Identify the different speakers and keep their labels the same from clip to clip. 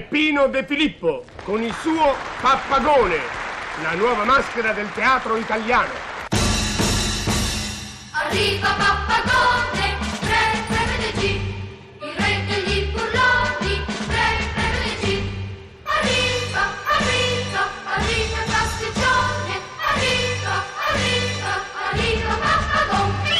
Speaker 1: Peppino De Filippo con il suo Pappagone, la nuova maschera del teatro italiano.
Speaker 2: Arriva Pappagone, re PVDG, il re degli burloni, re PVDG. Arriva, arriva, arriva il pasticcione, arriva, arriva, arriva Pappagone.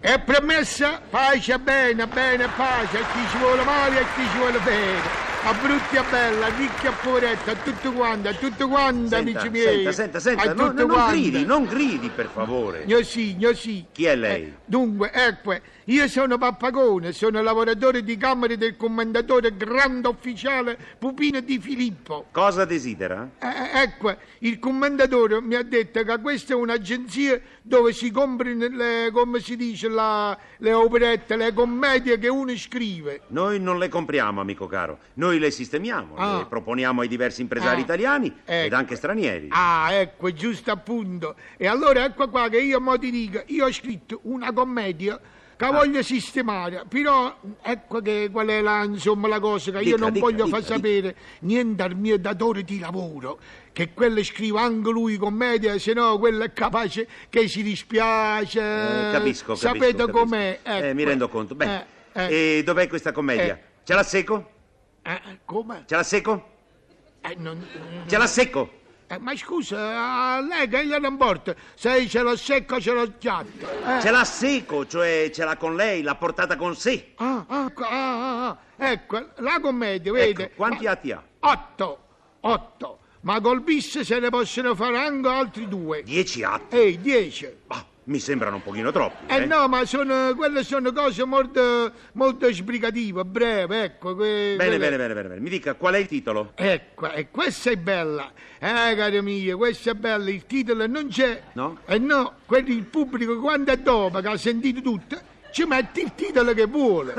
Speaker 3: E premessa, pace bene, bene, pace, a chi ci vuole male e a chi ci vuole bene. A brutti e a bella, a ricchi e a poveretta, a tutti quanti, a tutti quanti,
Speaker 4: Senta,
Speaker 3: amici miei.
Speaker 4: senta, senta, senta,
Speaker 3: a
Speaker 4: non,
Speaker 3: tutti
Speaker 4: non
Speaker 3: quanti.
Speaker 4: gridi, non gridi per favore.
Speaker 3: Io sì, io sì. Eh,
Speaker 4: Chi è lei?
Speaker 3: Dunque, ecco, io sono Pappagone, sono lavoratore di Camere del Commendatore Grande Ufficiale Pupino di Filippo.
Speaker 4: Cosa desidera?
Speaker 3: Eh, ecco, il commendatore mi ha detto che questa è un'agenzia dove si comprano le, come si dice, la- le operette, le commedie che uno scrive.
Speaker 4: Noi non le compriamo, amico caro. Noi le sistemiamo,
Speaker 3: Ah.
Speaker 4: le proponiamo ai diversi impresari
Speaker 3: Ah.
Speaker 4: italiani ed
Speaker 3: Ecco.
Speaker 4: anche stranieri.
Speaker 3: Ah, ecco, giusto appunto. E allora ecco qua che io mo ti dico, io ho scritto una commedia che
Speaker 4: Ah.
Speaker 3: voglio sistemare, però ecco che qual è la, insomma, la cosa che io
Speaker 4: Dica,
Speaker 3: non
Speaker 4: dica,
Speaker 3: voglio
Speaker 4: dica,
Speaker 3: far
Speaker 4: dica.
Speaker 3: sapere niente al mio datore di lavoro, che quello scrive anche lui commedia, se no quello è capace che si dispiace.
Speaker 4: Eh, capisco, capisco.
Speaker 3: Sapete
Speaker 4: capisco.
Speaker 3: com'è?
Speaker 4: Eh, mi
Speaker 3: ecco.
Speaker 4: rendo conto. Beh,
Speaker 3: Eh, eh,
Speaker 4: e dov'è questa commedia?
Speaker 3: Eh.
Speaker 4: Ce la secco?
Speaker 3: eh, come?
Speaker 4: Ce la secco?
Speaker 3: Eh, non-
Speaker 4: Ce la secco?
Speaker 3: Eh, ma scusa, a lei che glielo importa? Se ce l'ho secco ce l'ho giatto. Eh,
Speaker 4: Ce l'ha seco, cioè ce l'ha con lei, l'ha portata con sé.
Speaker 3: ah, ah, ah, ah, ah, ecco, la commedia, vede?
Speaker 4: Ecco, quanti
Speaker 3: Ma-
Speaker 4: atti ha?
Speaker 3: Otto, otto. Ma col bis se ne possono fare anche altri due.
Speaker 4: Dieci atti.
Speaker 3: Ehi, dieci.
Speaker 4: Bah, mi sembrano un pochino troppi.
Speaker 3: Eh no, ma sono, quelle sono cose molto, molto sbrigative, breve, ecco. que- quelle-
Speaker 4: Bene, bene, bene, bene, bene. Mi dica qual è il titolo?
Speaker 3: Ecco, e questa è bella. Eh, cari amici, questa è bella. Il titolo non c'è.
Speaker 4: No?
Speaker 3: E no, quello il pubblico quando è dopo che ha sentito tutto, ci mette il titolo che vuole.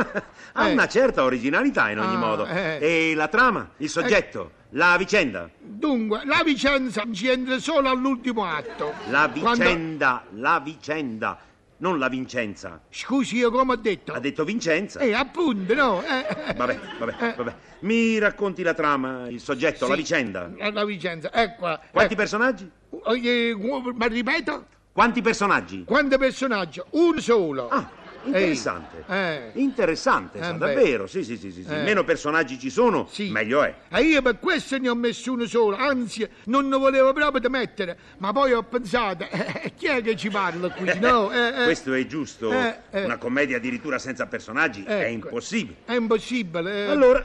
Speaker 4: Ha
Speaker 3: Eh,
Speaker 4: una certa originalità in ogni
Speaker 3: Ah,
Speaker 4: modo.
Speaker 3: eh.
Speaker 4: E la trama, il soggetto, la vicenda.
Speaker 3: Dunque, la Vicenza ci entra solo all'ultimo atto.
Speaker 4: La
Speaker 3: Quando-
Speaker 4: vicenda, la vicenda. Non la Vincenza.
Speaker 3: Scusi, io come ho detto?
Speaker 4: Ha detto Vincenza.
Speaker 3: Eh, appunto, no. eh.
Speaker 4: Vabbè, vabbè,
Speaker 3: Eh,
Speaker 4: vabbè. Mi racconti la trama, il soggetto, la
Speaker 3: sì, eh,
Speaker 4: vicenda.
Speaker 3: La, la Vicenza, eccola.
Speaker 4: Quanti personaggi?
Speaker 3: ecco. Eh, eh, Ma ripeto,
Speaker 4: Quanti personaggi?
Speaker 3: quanti personaggi? Uno solo.
Speaker 4: Ah, interessante.
Speaker 3: Eh.
Speaker 4: Interessante,
Speaker 3: Eh,
Speaker 4: sa,
Speaker 3: beh.
Speaker 4: davvero. Sì, sì, sì, sì. sì.
Speaker 3: Eh.
Speaker 4: Meno personaggi ci sono,
Speaker 3: Sì.
Speaker 4: meglio è.
Speaker 3: E io per questo ne ho messo uno solo, anzi non ne volevo proprio da mettere, ma poi ho pensato, eh, chi è che ci parla qui? No, eh, eh,
Speaker 4: Questo è giusto.
Speaker 3: Eh, eh.
Speaker 4: Una commedia addirittura senza personaggi è
Speaker 3: ecco.
Speaker 4: impossibile.
Speaker 3: È impossibile. eh.
Speaker 4: Allora,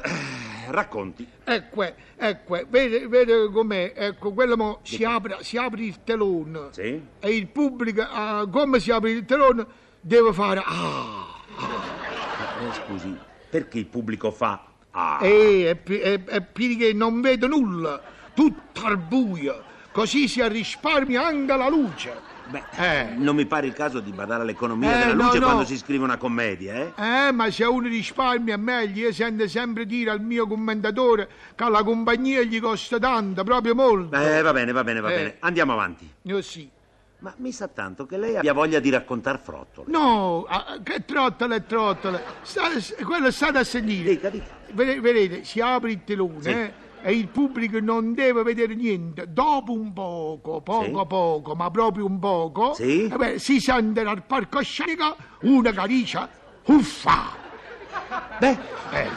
Speaker 4: racconti.
Speaker 3: Ecco, ecco, vede, vede com'è, ecco, quello mo si apre, si apre il telone
Speaker 4: Sì?
Speaker 3: e il pubblico, ah, come si apre il telone, deve fare ah,
Speaker 4: Eh, scusi, perché il pubblico fa... Ah,
Speaker 3: e, e, pi- e, e più che non vedo nulla, tutto al buio, così si risparmia anche la luce.
Speaker 4: beh,
Speaker 3: eh.
Speaker 4: non mi pare il caso di badare all'economia
Speaker 3: Eh,
Speaker 4: della
Speaker 3: no,
Speaker 4: luce
Speaker 3: no.
Speaker 4: quando si scrive una commedia, eh?
Speaker 3: Eh, ma se uno risparmia è meglio, io sento sempre dire al mio commentatore che la compagnia gli costa tanto, proprio molto.
Speaker 4: Eh, va bene, va bene, va
Speaker 3: Eh.
Speaker 4: bene. Andiamo avanti.
Speaker 3: Io sì.
Speaker 4: Ma mi sa tanto che lei abbia voglia di raccontar frottole.
Speaker 3: No, ah, che trottole e trottole. Sta- s- quello state a sentire.
Speaker 4: Dica, dica.
Speaker 3: Vede- Vedete, si apre il telone
Speaker 4: Sì.
Speaker 3: eh, e il pubblico non deve vedere niente. Dopo un poco, poco
Speaker 4: Sì.
Speaker 3: poco, ma proprio un poco,
Speaker 4: Sì.
Speaker 3: eh beh, si sente dal palcoscenico una caricia. Uffa!
Speaker 4: Beh,
Speaker 3: Eh.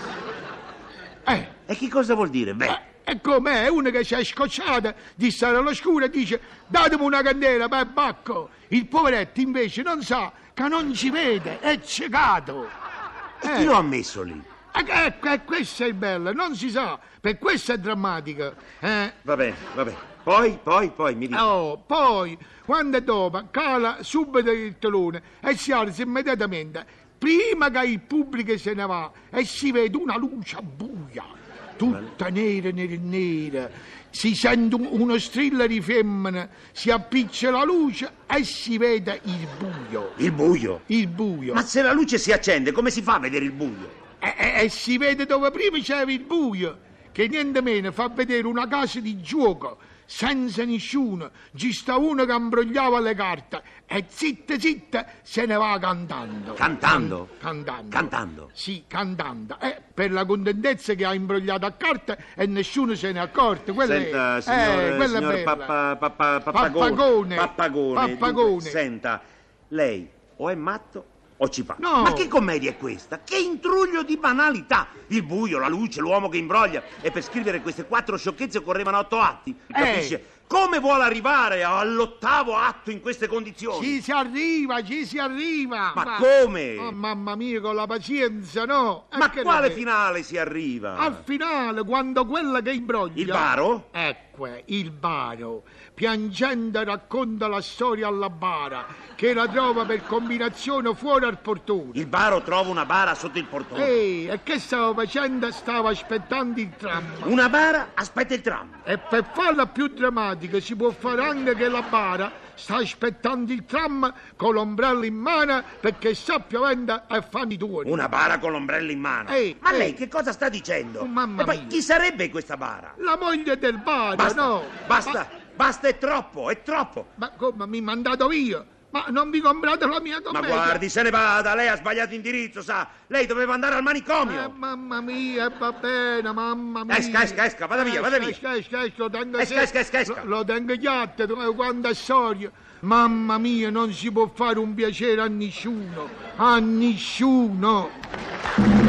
Speaker 3: Eh.
Speaker 4: e che cosa vuol dire? Beh,
Speaker 3: E com'è? Uno che si è scocciata di stare all'oscuro e dice datemi una candela per bacco. Il poveretto invece non sa che non ci vede, è ciecato. Eh.
Speaker 4: e chi lo ha messo lì?
Speaker 3: E- Ecco, e questo è il bello, non si sa, per questo è drammatico. eh.
Speaker 4: Va bene, va bene. Poi, poi, poi, mi dica.
Speaker 3: Oh, poi, quando è dopo, cala subito il telone e si alza immediatamente, prima che il pubblico se ne va e si vede una luce buia, tutta nera, nera, nera. Si sente un- uno strillo di femmina, si appiccia la luce e si vede il buio.
Speaker 4: Il buio.
Speaker 3: Il buio.
Speaker 4: Ma se la luce si accende, come si fa a vedere il buio?
Speaker 3: E, e- e si vede dove prima c'era il buio, che niente meno fa vedere una casa di gioco. senza nessuno, ci sta uno che imbrogliava le carte e zitta zitta se ne va cantando.
Speaker 4: Cantando?
Speaker 3: Cantando.
Speaker 4: Cantando?
Speaker 3: Sì, cantando. Eh, per la contentezza che ha imbrogliato a carte e nessuno se ne è accorto. Quella è-
Speaker 4: Senta,
Speaker 3: eh,
Speaker 4: signor,
Speaker 3: quella è
Speaker 4: signor
Speaker 3: bella.
Speaker 4: pappa, pappa,
Speaker 3: Pappagone.
Speaker 4: pappagone, pappagone, dunque,
Speaker 3: Pappagone.
Speaker 4: senta, lei o è matto o ci parla.
Speaker 3: No.
Speaker 4: Ma che commedia è questa? Che intruglio di banalità! Il buio, la luce, l'uomo che imbroglia. E per scrivere queste quattro sciocchezze occorrevano otto atti.
Speaker 3: Eh.
Speaker 4: Capisce? Come vuole arrivare all'ottavo atto in queste condizioni?
Speaker 3: Ci si arriva, ci si arriva.
Speaker 4: Ma come?
Speaker 3: Oh, mamma mia, con la pazienza, no? Eh,
Speaker 4: Ma
Speaker 3: che
Speaker 4: quale
Speaker 3: ne-
Speaker 4: finale si arriva?
Speaker 3: Al finale, quando quella che imbroglia...
Speaker 4: Il baro?
Speaker 3: Ecco, il baro, piangendo racconta la storia alla bara, che la trova per combinazione fuori al portone.
Speaker 4: Il baro trova una bara sotto il portone.
Speaker 3: Ehi, e che stava facendo? Stava aspettando il tram.
Speaker 4: Una bara aspetta il tram.
Speaker 3: E per farla più drammatica si può fare anche che la bara sta aspettando il tram con l'ombrello in mano perché sta piovendo e fanno i tuoni.
Speaker 4: Una bara con l'ombrello in mano.
Speaker 3: Ehi,
Speaker 4: Ma
Speaker 3: ehi.
Speaker 4: lei che cosa sta dicendo?
Speaker 3: Oh, mamma
Speaker 4: e poi
Speaker 3: mia.
Speaker 4: chi sarebbe questa bara?
Speaker 3: La moglie del bara,
Speaker 4: Basta,
Speaker 3: no?
Speaker 4: basta, basta, è troppo, è troppo.
Speaker 3: Ma, ma come mi mandato io? Ma non vi comprate la mia
Speaker 4: Ma
Speaker 3: commedia?
Speaker 4: guardi, se ne vada, lei ha sbagliato indirizzo, sa. Lei doveva andare al
Speaker 3: Eh,
Speaker 4: manicomio.
Speaker 3: mamma mia, va bene, mamma mia. Eh,
Speaker 4: Esca, esca, esca, vada via, vada via.
Speaker 3: Esca, esca, esca, lo tengo
Speaker 4: Esca,
Speaker 3: se-
Speaker 4: esca, esca, esca.
Speaker 3: Lo, lo tengo chiatto, eh, quanta storia. Mamma mia, non si può fare un piacere a nessuno, a nessuno.